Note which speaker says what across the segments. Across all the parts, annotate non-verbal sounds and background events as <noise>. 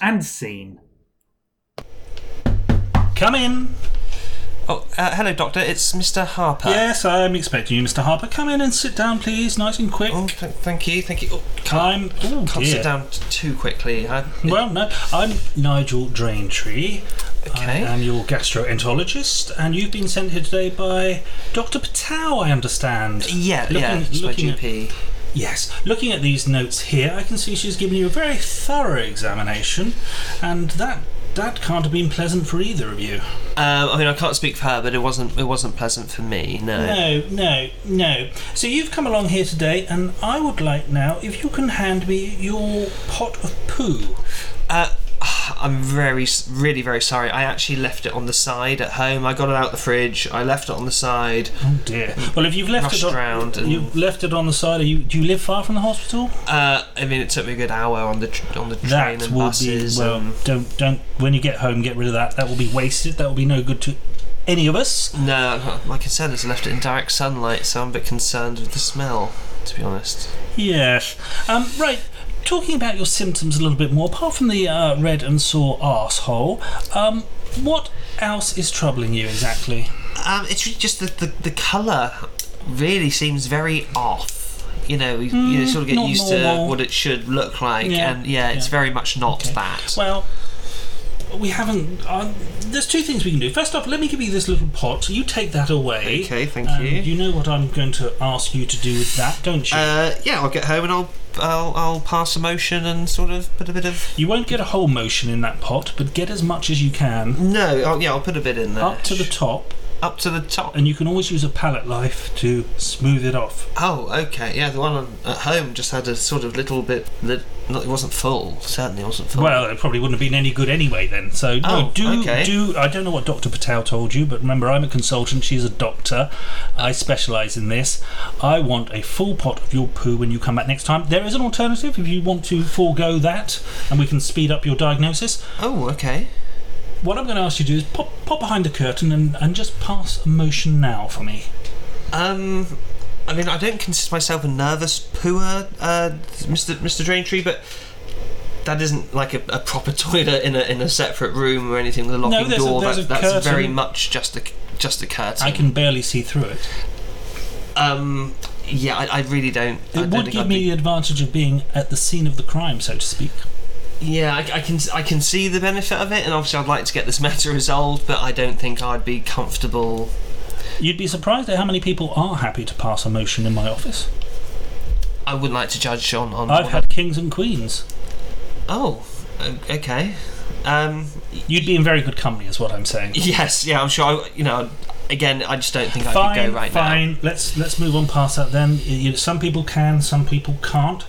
Speaker 1: And scene.
Speaker 2: Come in.
Speaker 3: Oh, uh, hello, Doctor. It's Mr. Harper.
Speaker 2: Yes, I'm expecting you, Mr. Harper. Come in and sit down, please, nice and quick.
Speaker 3: Oh, th- thank you, thank you. Oh,
Speaker 2: I'm. Oh,
Speaker 3: can't
Speaker 2: dear.
Speaker 3: sit down t- too quickly. I,
Speaker 2: Well, no, I'm Nigel Draintree.
Speaker 3: Okay.
Speaker 2: I am your gastroenterologist, and you've been sent here today by Dr. Patel, I understand.
Speaker 3: yeah, yeah. It's my
Speaker 2: looking at-
Speaker 3: GP.
Speaker 2: Yes, looking at these notes here, I can see she's given you a very thorough examination, and that that can't have been pleasant for either of you.
Speaker 3: Um, I mean, I can't speak for her, but it wasn't it wasn't pleasant for me. No.
Speaker 2: No, no, no. So you've come along here today, and I would like now if you can hand me your pot of poo.
Speaker 3: Uh, <sighs> I'm very, s- really, very sorry. I actually left it on the side at home. I got it out the fridge. I left it on the side.
Speaker 2: Oh dear. Well, if you've left
Speaker 3: Rushed
Speaker 2: it on,
Speaker 3: round and-
Speaker 2: you've left it on the side. Are you, do you live far from the hospital?
Speaker 3: Uh, I mean, it took me a good hour on the tr- on the train
Speaker 2: that
Speaker 3: and
Speaker 2: will
Speaker 3: buses.
Speaker 2: be well.
Speaker 3: and-
Speaker 2: Don't don't. When you get home, get rid of that. That will be wasted. That will be no good to any of us.
Speaker 3: no, like I said, I just left it in direct sunlight, so I'm a bit concerned with the smell. To be honest.
Speaker 2: Yes. Um. Right. Talking about your symptoms a little bit more. Apart from the uh, red and sore asshole, um, what else is troubling you exactly?
Speaker 3: Um, it's really just the, the, the colour really seems very off. You know, you, you sort of get
Speaker 2: Mm, not
Speaker 3: used
Speaker 2: normal.
Speaker 3: to what it should look like,
Speaker 2: Yeah.
Speaker 3: and yeah, it's
Speaker 2: Yeah.
Speaker 3: very much not that.
Speaker 2: Well, we haven't. Uh, there's two things we can do. First off, let me give you this little pot. You take that away.
Speaker 3: Okay, thank
Speaker 2: And
Speaker 3: you.
Speaker 2: um, You know what I'm going to ask you to do with that, don't you?
Speaker 3: Uh, yeah, I'll get home and I'll, I'll I'll pass a motion and sort of put a bit of
Speaker 2: you won't get a whole motion in that pot, but get as much as you can
Speaker 3: no. I'll, yeah, I'll put a bit in there
Speaker 2: up to the top,
Speaker 3: up to the top.
Speaker 2: and you can always use a palette knife to smooth it off.
Speaker 3: Oh, okay. Yeah, the one on, at home just had a sort of little bit that not, it wasn't full. Certainly wasn't full.
Speaker 2: Well, it probably wouldn't have been any good anyway then. So no,
Speaker 3: Oh,
Speaker 2: do
Speaker 3: okay.
Speaker 2: do. I don't know what Dr. Patel told you, but remember, I'm a consultant. She's a doctor. I specialise in this. I want a full pot of your poo when you come back next time. There is an alternative if you want to forego that, and we can speed up your diagnosis.
Speaker 3: oh, okay.
Speaker 2: What I'm going to ask you to do is pop pop behind the curtain and, and just pass a motion now for me.
Speaker 3: Um, I mean, I don't consider myself a nervous pooer, uh, Mr. Mr. Draintree, but that isn't like a, a proper <laughs> toilet in a in a separate room or anything with a locking
Speaker 2: there's a-
Speaker 3: door.
Speaker 2: there's
Speaker 3: that,
Speaker 2: a
Speaker 3: that's
Speaker 2: curtain.
Speaker 3: very much just a just a curtain.
Speaker 2: I can barely see through it.
Speaker 3: Um, yeah, I, I really don't. I
Speaker 2: It
Speaker 3: don't
Speaker 2: would
Speaker 3: think
Speaker 2: give
Speaker 3: I'd
Speaker 2: me
Speaker 3: be-
Speaker 2: the advantage of being at the scene of the crime, so to speak.
Speaker 3: yeah, I, I can I can see the benefit of it, and obviously I'd like to get this <laughs> matter resolved, but I don't think I'd be comfortable.
Speaker 2: You'd be surprised at how many people are happy to pass a motion in my office.
Speaker 3: I wouldn't like to judge on on.
Speaker 2: I've
Speaker 3: on-
Speaker 2: had kings and queens.
Speaker 3: oh, o- okay. Um,
Speaker 2: You'd be in very good company, is what I'm saying.
Speaker 3: Yes, yeah, I'm sure. I, you know, again, I just don't think I could
Speaker 2: Fine,
Speaker 3: go right now.
Speaker 2: fine. Let's let's move on past that. Then You- some people can, some people can't.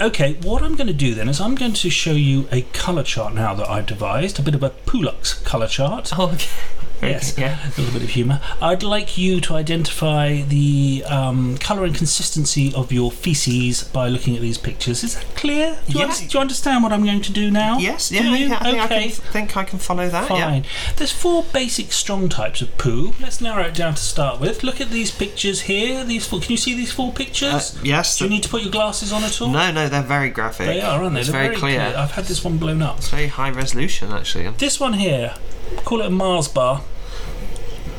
Speaker 2: Okay, what I'm going to do then is I'm going to show you a color chart now that I've devised, a bit of a Pulux color chart.
Speaker 3: Oh, <laughs> okay.
Speaker 2: Yes,
Speaker 3: Yeah.
Speaker 2: a little bit of humour. I'd like you to identify the um, colour and consistency of your feces by looking at these pictures. Is that clear? Do, you,
Speaker 3: Yeah.
Speaker 2: under- do you understand what I'm going to do now?
Speaker 3: Yes,
Speaker 2: Do
Speaker 3: yeah,
Speaker 2: you?
Speaker 3: yeah, I, think
Speaker 2: okay.
Speaker 3: I can, think I can follow that.
Speaker 2: Fine. There's four basic strong types of poo. Let's narrow it down to start with. Look at these pictures here. These four. Can you see these four
Speaker 3: Yeah. Uh,
Speaker 2: pictures?
Speaker 3: yes.
Speaker 2: Do you need to put your glasses on at all?
Speaker 3: no, no, they're very graphic.
Speaker 2: They are, aren't they?
Speaker 3: It's
Speaker 2: They're
Speaker 3: very, clear.
Speaker 2: I've had this one blown up.
Speaker 3: It's very high resolution, actually.
Speaker 2: This one here, call it a Mars bar.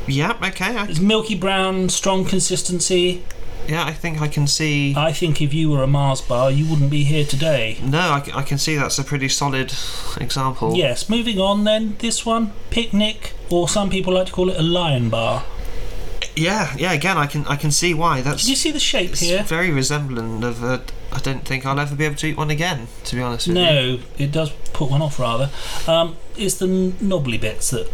Speaker 3: Yep. Okay. I,
Speaker 2: It's milky brown, strong consistency.
Speaker 3: yeah, I think I can see.
Speaker 2: I think if you were a Mars bar, you wouldn't be here today.
Speaker 3: No, I, c- I can see that's a pretty solid example.
Speaker 2: Yes, moving on then. This one, picnic, or some people like to call it a lion bar.
Speaker 3: Yeah. Yeah. Again, I can I can see why. That's
Speaker 2: Do you see the shape
Speaker 3: it's
Speaker 2: here?
Speaker 3: very resemblant of a. I don't think I'll ever be able to eat one again. To be honest with you.
Speaker 2: No, it does put one off rather. Um, it's the n- knobbly bits that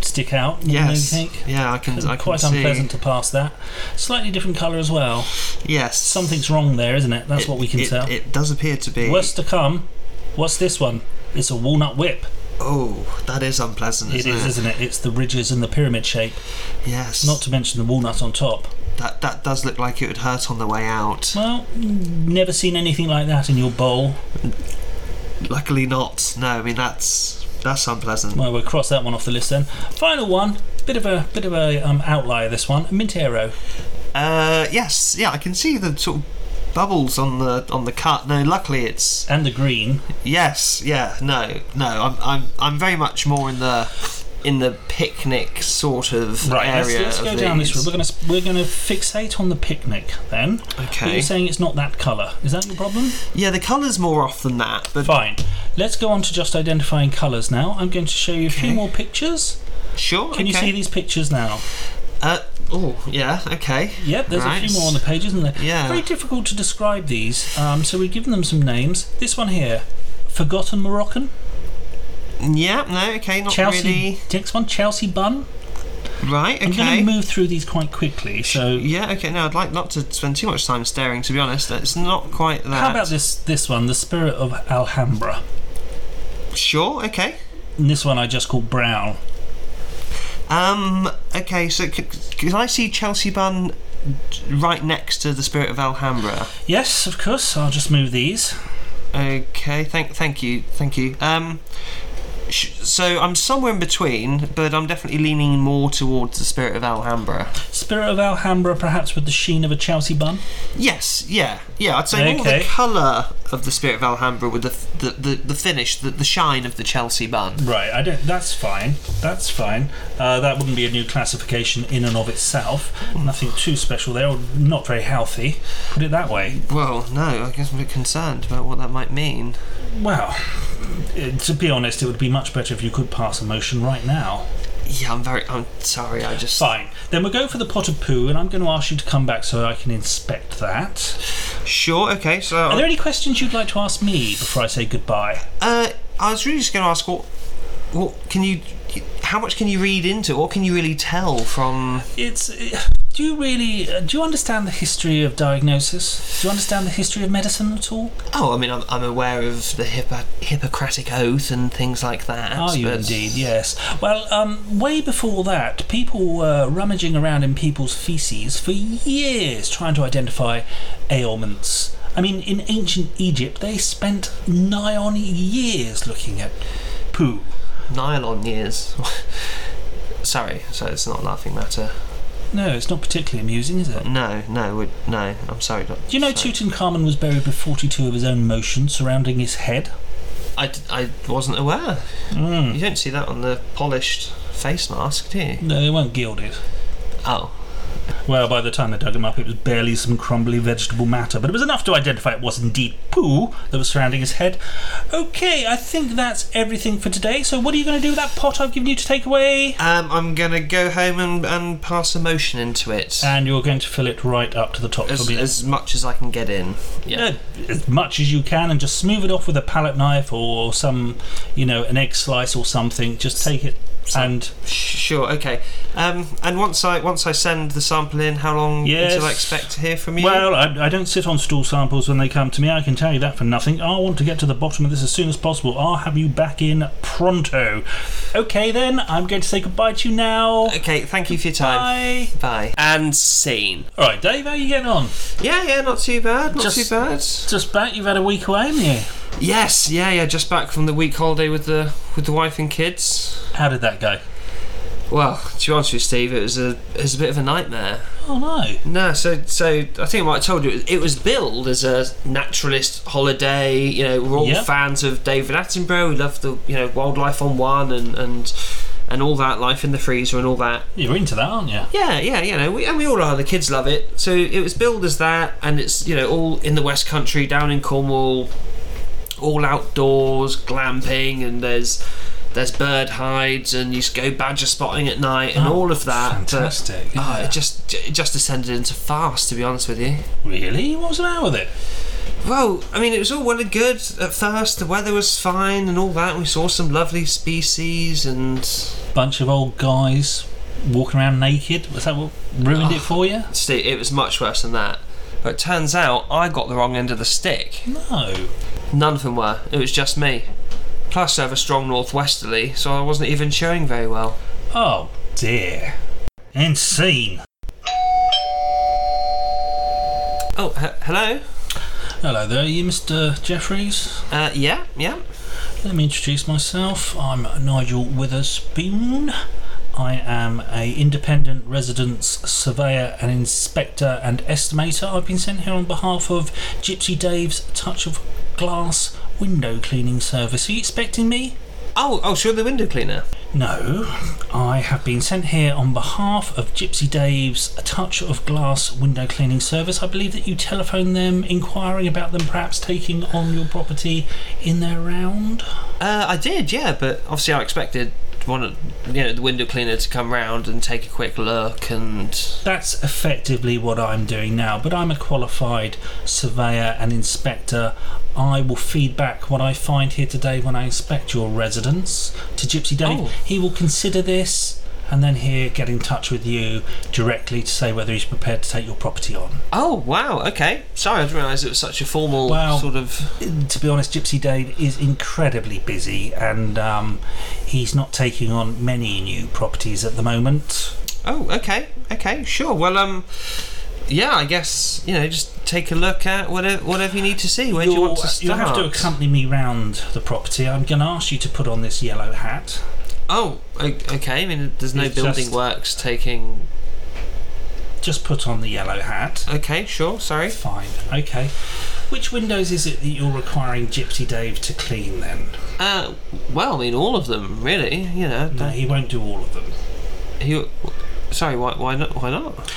Speaker 2: stick out. you know,
Speaker 3: Yes.
Speaker 2: you think?
Speaker 3: Yeah, I can. I can
Speaker 2: Quite
Speaker 3: see.
Speaker 2: unpleasant to pass that. Slightly different colour as well.
Speaker 3: Yes.
Speaker 2: Something's wrong there, isn't it? That's
Speaker 3: It-
Speaker 2: what we can
Speaker 3: it,
Speaker 2: tell.
Speaker 3: It does appear to be.
Speaker 2: Worse to come. What's this one? It's a walnut whip.
Speaker 3: Oh, that is unpleasant.
Speaker 2: It
Speaker 3: Isn't
Speaker 2: is, isn't it? It's the ridges and the pyramid shape.
Speaker 3: Yes.
Speaker 2: Not to mention the walnut on top.
Speaker 3: that that does look like it would hurt on the way out.
Speaker 2: Well, never seen anything like that in your bowl.
Speaker 3: Luckily not. No, I mean that's that's unpleasant.
Speaker 2: Well, we'll cross that one off the list then. Final one, bit of a bit of a um, outlier. This one, Mintero.
Speaker 3: Uh, yes. Yeah, I can see the sort of bubbles on the on the cut. No, luckily it's
Speaker 2: and the green.
Speaker 3: yes, yeah, no, no. I'm I'm I'm very much more in the in the picnic sort of
Speaker 2: Right, let's,
Speaker 3: area.
Speaker 2: let's
Speaker 3: of
Speaker 2: go down this
Speaker 3: these.
Speaker 2: road. We're going to we're going to fixate on the picnic then. But
Speaker 3: Okay.
Speaker 2: you're saying it's not that colour. Is that your problem?
Speaker 3: Yeah, the colour's more off than that, but
Speaker 2: Fine. Let's go on to just identifying colours now. I'm going to show you a few
Speaker 3: Okay.
Speaker 2: more pictures.
Speaker 3: sure.
Speaker 2: Can you
Speaker 3: okay.
Speaker 2: see these pictures now?
Speaker 3: Uh, oh, yeah. Okay.
Speaker 2: Yep, there's a
Speaker 3: Right.
Speaker 2: few more on the page, isn't there?
Speaker 3: Yeah.
Speaker 2: Very difficult to describe these, um, so we've given them some names. This one here, Forgotten Moroccan.
Speaker 3: Yeah. No. Okay. Not
Speaker 2: Chelsea. Next one, Chelsea Bun.
Speaker 3: really. Right.
Speaker 2: I'm going
Speaker 3: Okay.
Speaker 2: to move through these quite quickly. So,
Speaker 3: Yeah. Okay. No, I'd like not to spend too much time staring. To be honest, it's not quite that.
Speaker 2: how about this this one, The Spirit of Alhambra?
Speaker 3: Sure. Okay.
Speaker 2: And this one I just called Brown.
Speaker 3: Um. Okay. So, c- can I see Chelsea Bun right next to the Spirit of Alhambra?
Speaker 2: Yes, of course. I'll just move these.
Speaker 3: Okay. Thank. Thank you. Thank you. Um. sh- So I'm somewhere in between, but I'm definitely leaning more towards the spirit of Alhambra.
Speaker 2: Spirit of Alhambra, perhaps with the sheen of a Chelsea bun.
Speaker 3: Yes, yeah, yeah. I'd say more the
Speaker 2: Okay.
Speaker 3: colour of the spirit of Alhambra with the f- the, the, the finish, the, the shine of the Chelsea bun.
Speaker 2: Right. I don't. That's fine. That's fine. Uh, that wouldn't be a new classification in and of itself. Nothing too special there, or not very healthy. Put it that way.
Speaker 3: Well, no, I guess I'm a bit concerned about what that might mean.
Speaker 2: Well, eh, to be honest, it would be much better if you could pass a motion right now.
Speaker 3: Yeah, I'm very. I'm sorry. I just.
Speaker 2: Fine. Then we'll go for the pot of poo, and I'm going to ask you to come back so I can inspect that.
Speaker 3: Sure. Okay. So.
Speaker 2: Are there any questions you'd like to ask me before I say goodbye?
Speaker 3: Uh, I was really just going to ask what, what can you, how much can you read into? What can you really tell from?
Speaker 2: It's. eh, Do you really. eh, Do you understand the history of diagnosis? Do you understand the history of medicine at all?
Speaker 3: Oh, I mean, I'm, I'm aware of the Hippo- Hippocratic Oath and things like that.
Speaker 2: Are you
Speaker 3: but-
Speaker 2: indeed? Yes. Well, um, way before that, people were rummaging around in people's feces for years trying to identify ailments. I mean, in ancient Egypt, they spent nigh on years looking at poo.
Speaker 3: Nylon years. <laughs> sorry, so it's not a laughing matter.
Speaker 2: No, it's not particularly amusing, is it?
Speaker 3: No, no, we no. I'm sorry. Do
Speaker 2: Do you know Tutankhamun was buried with 42 of his own motions surrounding his head? Hmm.
Speaker 3: I, d- I wasn't aware. You don't see that on the polished face mask, do you?
Speaker 2: No, they weren't gilded.
Speaker 3: Oh,
Speaker 2: Well, by the time they dug him up, it was barely some crumbly vegetable matter, but it was enough to identify it was indeed poo that was surrounding his head. Okay, I think that's everything for today. So, what are you going to do with that pot I've given you to take away?
Speaker 3: um, I'm gonna go home and, and pass a motion into it
Speaker 2: And you're going to fill it right up to the top.
Speaker 3: as,
Speaker 2: There'll be-
Speaker 3: as much as I can get in.
Speaker 2: uh, as much as you can, and just smooth it off with a palette knife or some, you know, an egg slice or something. Just take it and
Speaker 3: Sure. Okay. Um, and once I once I send the sample in, how long
Speaker 2: Yes.
Speaker 3: until I expect to hear from you?
Speaker 2: Well, I, I don't sit on stool samples when they come to me. I can tell you that for nothing. I want to get to the bottom of this as soon as possible. I'll have you back in pronto. Okay, then. I'm going to say goodbye to you now.
Speaker 3: okay. Thank you for your time.
Speaker 2: Bye.
Speaker 3: Bye. And scene.
Speaker 2: All right, Dave. How are you getting on?
Speaker 3: Yeah. Yeah. Not too bad. Not
Speaker 2: Just-
Speaker 3: too bad.
Speaker 2: Just back. You've had a week away, haven't you?
Speaker 3: Yes. Yeah. Yeah. Just back from the week holiday with the with the wife and kids.
Speaker 2: How did that go?
Speaker 3: Well, to be honest with you, Steve, it was a it was a bit of a nightmare.
Speaker 2: Oh no.
Speaker 3: No, so so I think I might have told you it was billed as a naturalist holiday. You know, we're all
Speaker 2: Yeah.
Speaker 3: fans of David Attenborough. We love the you know wildlife on one and and and all that life in the freezer and all that.
Speaker 2: You're into that, aren't you?
Speaker 3: Yeah, yeah, you know, we, and we all are. The kids love it. So it was billed as that, and it's you know all in the West Country, down in Cornwall, all outdoors, glamping, and there's there's bird hides, and you just go badger spotting at night, and
Speaker 2: Oh,
Speaker 3: all of that. but-
Speaker 2: fantastic,
Speaker 3: oh,
Speaker 2: yeah.
Speaker 3: it just it just descended into farce, to be honest with you.
Speaker 2: Really? What was the matter with it?
Speaker 3: Well, I mean, it was all well and good at first. The weather was fine, and all that. We saw some lovely species, and
Speaker 2: Bunch of old guys walking around naked. Was that what ruined it for you?
Speaker 3: Steve, it was much worse than that. But it turns out I got the wrong end of the stick.
Speaker 2: No.
Speaker 3: None of them were. It was just me. Plus, I have a strong northwesterly, so I wasn't even showing very well.
Speaker 2: Oh dear. And scene.
Speaker 3: Oh, he- hello?
Speaker 2: Hello there. Are you Mr. Jeffries?
Speaker 3: Uh, yeah, yeah.
Speaker 2: Let me introduce myself. I'm Nigel Witherspoon. I am a independent residence surveyor and inspector and estimator. I've been sent here on behalf of Gypsy Dave's Touch of Glass window cleaning service. Are you expecting me?
Speaker 3: Oh, oh, sure, the window cleaner.
Speaker 2: No, I have been sent here on behalf of Gypsy Dave's Touch of Glass window cleaning service. I believe that you telephoned them inquiring about them perhaps taking on your property in their round.
Speaker 3: Uh, I did, yeah, but obviously I expected one, of- you know, the window cleaner to come round and take a quick look and
Speaker 2: That's effectively what I'm doing now, but I'm a qualified surveyor and inspector. I will feed back what I find here today when I inspect your residence to Gypsy Dave.
Speaker 3: Oh.
Speaker 2: He will consider this and then here get in touch with you directly to say whether he's prepared to take your property on.
Speaker 3: Oh wow! Okay, sorry, I didn't realise it was such a formal
Speaker 2: Wow.
Speaker 3: sort of.
Speaker 2: to be honest, Gypsy Dave is incredibly busy and um, he's not taking on many new properties at the moment.
Speaker 3: Oh, okay, okay, sure. Well, um, yeah, I guess you know, just take a look at whatever whatever you need to see. Where do you
Speaker 2: You'll-
Speaker 3: want to start?
Speaker 2: you'll have to accompany me round the property. I'm going to ask you to put on this yellow hat.
Speaker 3: oh, o- okay. I mean, there's no
Speaker 2: It's
Speaker 3: building
Speaker 2: just-
Speaker 3: works taking.
Speaker 2: Just put on the yellow hat.
Speaker 3: Okay, sure. Sorry.
Speaker 2: Fine. Okay. Which windows is it that you're requiring Gypsy Dave to clean then?
Speaker 3: Uh, well, I mean, all of them really. You know,
Speaker 2: No, he won't do all of them.
Speaker 3: he. Sorry, why why not? Why not?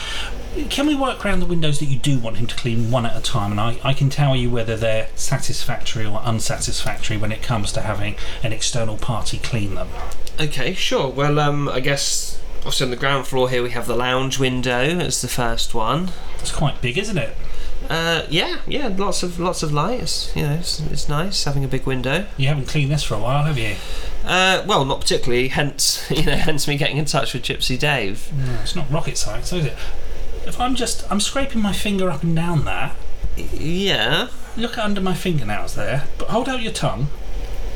Speaker 2: Can we work around the windows that you do want him to clean one at a time? And I, I can tell you whether they're satisfactory or unsatisfactory when it comes to having an external party clean them.
Speaker 3: Okay, sure. Well, um, I guess. Obviously, on the ground floor here, we have the lounge window. That's the first one.
Speaker 2: It's quite big, isn't it?
Speaker 3: Uh, yeah, yeah, lots of lots of lights. You know, it's, it's nice having a big window.
Speaker 2: You haven't cleaned this for a while, have you?
Speaker 3: Uh, well, not particularly. Hence, <laughs> you know, hence me getting in touch with Gypsy Dave.
Speaker 2: No, it's not rocket science, is it? If I'm just, I'm scraping my finger up and down there.
Speaker 3: Y- Yeah.
Speaker 2: Look under my fingernails there. But hold out your tongue.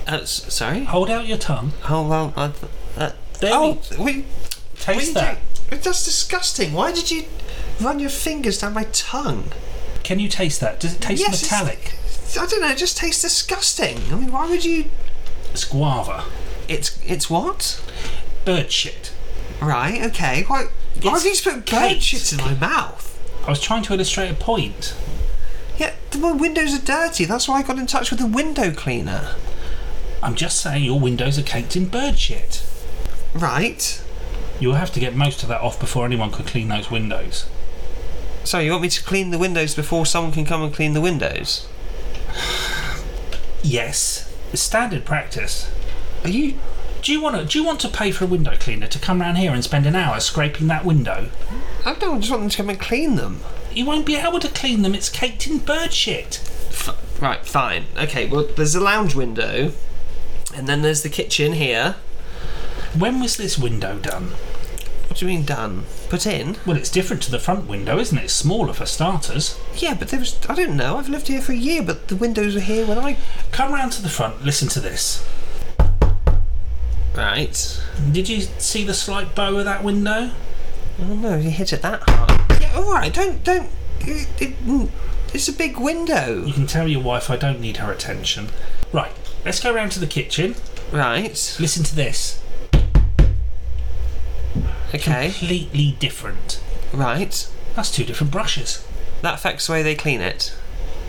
Speaker 3: Uh, s- sorry.
Speaker 2: Hold out your tongue.
Speaker 3: Hold on. Oh, I th- uh,
Speaker 2: There
Speaker 3: oh, we.
Speaker 2: Taste
Speaker 3: we
Speaker 2: that.
Speaker 3: do- that's disgusting. Why did you run your fingers down my tongue?
Speaker 2: Can you taste that? Does it taste
Speaker 3: Yes, it's-
Speaker 2: metallic?
Speaker 3: I don't know. It just tastes disgusting. I mean, why would you?
Speaker 2: It's guava.
Speaker 3: It's it's what?
Speaker 2: Bird shit.
Speaker 3: Right. Okay. Why? Why
Speaker 2: It's
Speaker 3: would you just put
Speaker 2: cake.
Speaker 3: bird shit in my mouth?
Speaker 2: I was trying to illustrate a point.
Speaker 3: Yeah, the my windows are dirty. That's why I got in touch with the window cleaner.
Speaker 2: I'm just saying your windows are caked in bird shit.
Speaker 3: Right.
Speaker 2: You'll have to get most of that off before anyone could clean those windows.
Speaker 3: So you want me to clean the windows before someone can come and clean the windows?
Speaker 2: Yes. It's standard practice.
Speaker 3: Are you?
Speaker 2: Do you want to do you want to pay for a window cleaner to come round here and spend an hour scraping that window?
Speaker 3: I don't just want them to come and clean them.
Speaker 2: You won't be able to clean them, it's caked in bird shit.
Speaker 3: F- right. Fine. Okay. Well, there's the lounge window, and then there's the kitchen here.
Speaker 2: When was this window done?
Speaker 3: What do you mean done? Put in?
Speaker 2: Well it's different to the front window, isn't it? It's smaller for starters.
Speaker 3: Yeah, but there was. I don't know. I've lived here for a year, but the windows were here when I.
Speaker 2: Come round to the front, listen to this.
Speaker 3: Right.
Speaker 2: Did you see the slight bow of that window?
Speaker 3: I don't know. You hit it that hard. Yeah. All right. Don't don't. It, it, it's a big window.
Speaker 2: You can tell your wife I don't need her attention. Right, let's go round to the kitchen.
Speaker 3: Right.
Speaker 2: Listen to this.
Speaker 3: Okay.
Speaker 2: Completely different.
Speaker 3: Right.
Speaker 2: That's two different brushes.
Speaker 3: That affects the way they clean it.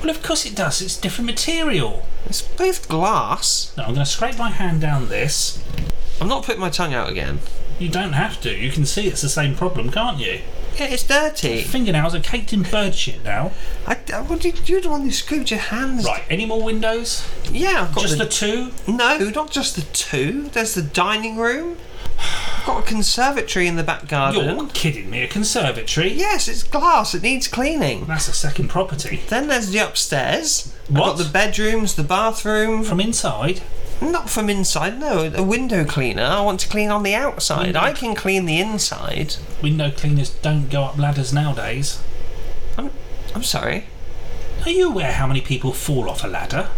Speaker 2: Well, of course it does. It's different material.
Speaker 3: It's both glass.
Speaker 2: Now, I'm going to scrape my hand down this.
Speaker 3: I'm not putting my tongue out again.
Speaker 2: You don't have to. You can see it's the same problem, can't you?
Speaker 3: Yeah, it's dirty.
Speaker 2: Fingernails are caked in bird shit now.
Speaker 3: I, I, what did, you're the one who screwed your hands.
Speaker 2: Right, any more windows?
Speaker 3: Yeah, I've got
Speaker 2: Just
Speaker 3: the,
Speaker 2: the two?
Speaker 3: No, not just the two. There's the dining room. I've got a conservatory in the back garden.
Speaker 2: You're kidding me. A conservatory?
Speaker 3: Yes, it's glass. It needs cleaning.
Speaker 2: That's a second property.
Speaker 3: Then there's the upstairs.
Speaker 2: What?
Speaker 3: I've got the bedrooms, the bathroom.
Speaker 2: From inside?
Speaker 3: Not from inside, no. A window cleaner. I want to clean on the outside. I can clean the inside.
Speaker 2: Window cleaners don't go up ladders nowadays.
Speaker 3: I'm, I'm sorry.
Speaker 2: Are you aware how many people fall off a ladder?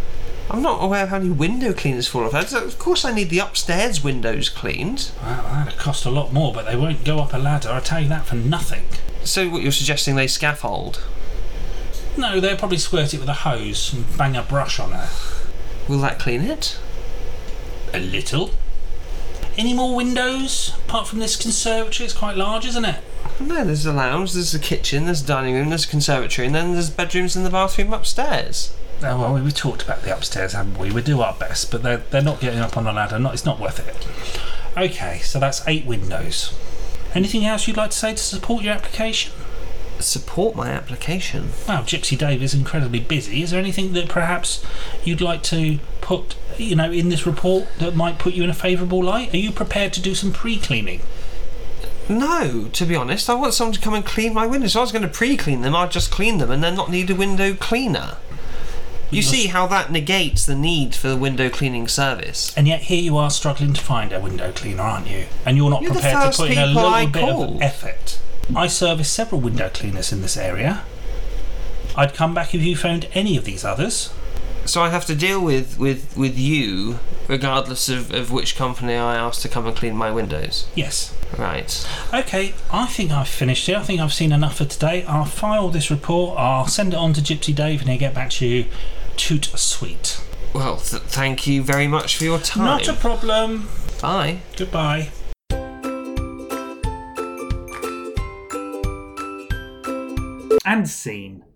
Speaker 3: I'm not aware of how many window cleaners fall off. That's- Of course, I need the upstairs windows cleaned.
Speaker 2: Well, that'd cost a lot more, but they won't go up a ladder. I tell you that for nothing.
Speaker 3: So, what you're suggesting they scaffold?
Speaker 2: No, they'll probably squirt it with a hose and bang a brush on her.
Speaker 3: Will that clean it?
Speaker 2: A little. any more windows apart from this conservatory? It's quite large, isn't it?
Speaker 3: And then there's the lounge, there's the kitchen, there's the dining room, there's a conservatory, and then there's bedrooms and the bathroom upstairs.
Speaker 2: Oh, well, we talked about the upstairs, haven't we? We do our best, but they're, they're not getting up on the ladder. Not, it's not worth it. Okay, so that's eight windows. Anything else you'd like to say to support your application?
Speaker 3: Support my application.
Speaker 2: Well, Gypsy Dave is incredibly busy. Is there anything that perhaps you'd like to put, you know, in this report that might put you in a favourable light? Are you prepared to do some pre-cleaning?
Speaker 3: No, to be honest, I want someone to come and clean my windows. If I was going to pre-clean them, I'd just clean them and then not need a window cleaner. You
Speaker 2: you're-
Speaker 3: see how that negates the need for the window cleaning service.
Speaker 2: And yet here you are struggling to find a window cleaner, aren't you? And you're not
Speaker 3: You're the
Speaker 2: prepared to
Speaker 3: first
Speaker 2: put in a
Speaker 3: people
Speaker 2: little
Speaker 3: I
Speaker 2: bit
Speaker 3: called.
Speaker 2: of effort. I service several window cleaners in this area. I'd come back if you found any of these others.
Speaker 3: So I have to deal with with with you, regardless of, of which company I ask to come and clean my windows.
Speaker 2: Yes.
Speaker 3: Right.
Speaker 2: Okay, I think I've finished here. I think I've seen enough for today. I'll file this report. I'll send it on to Gypsy Dave and he'll get back to you toot sweet.
Speaker 3: Well, th- thank you very much for your time.
Speaker 2: Not a problem.
Speaker 3: Bye.
Speaker 2: Goodbye. And scene.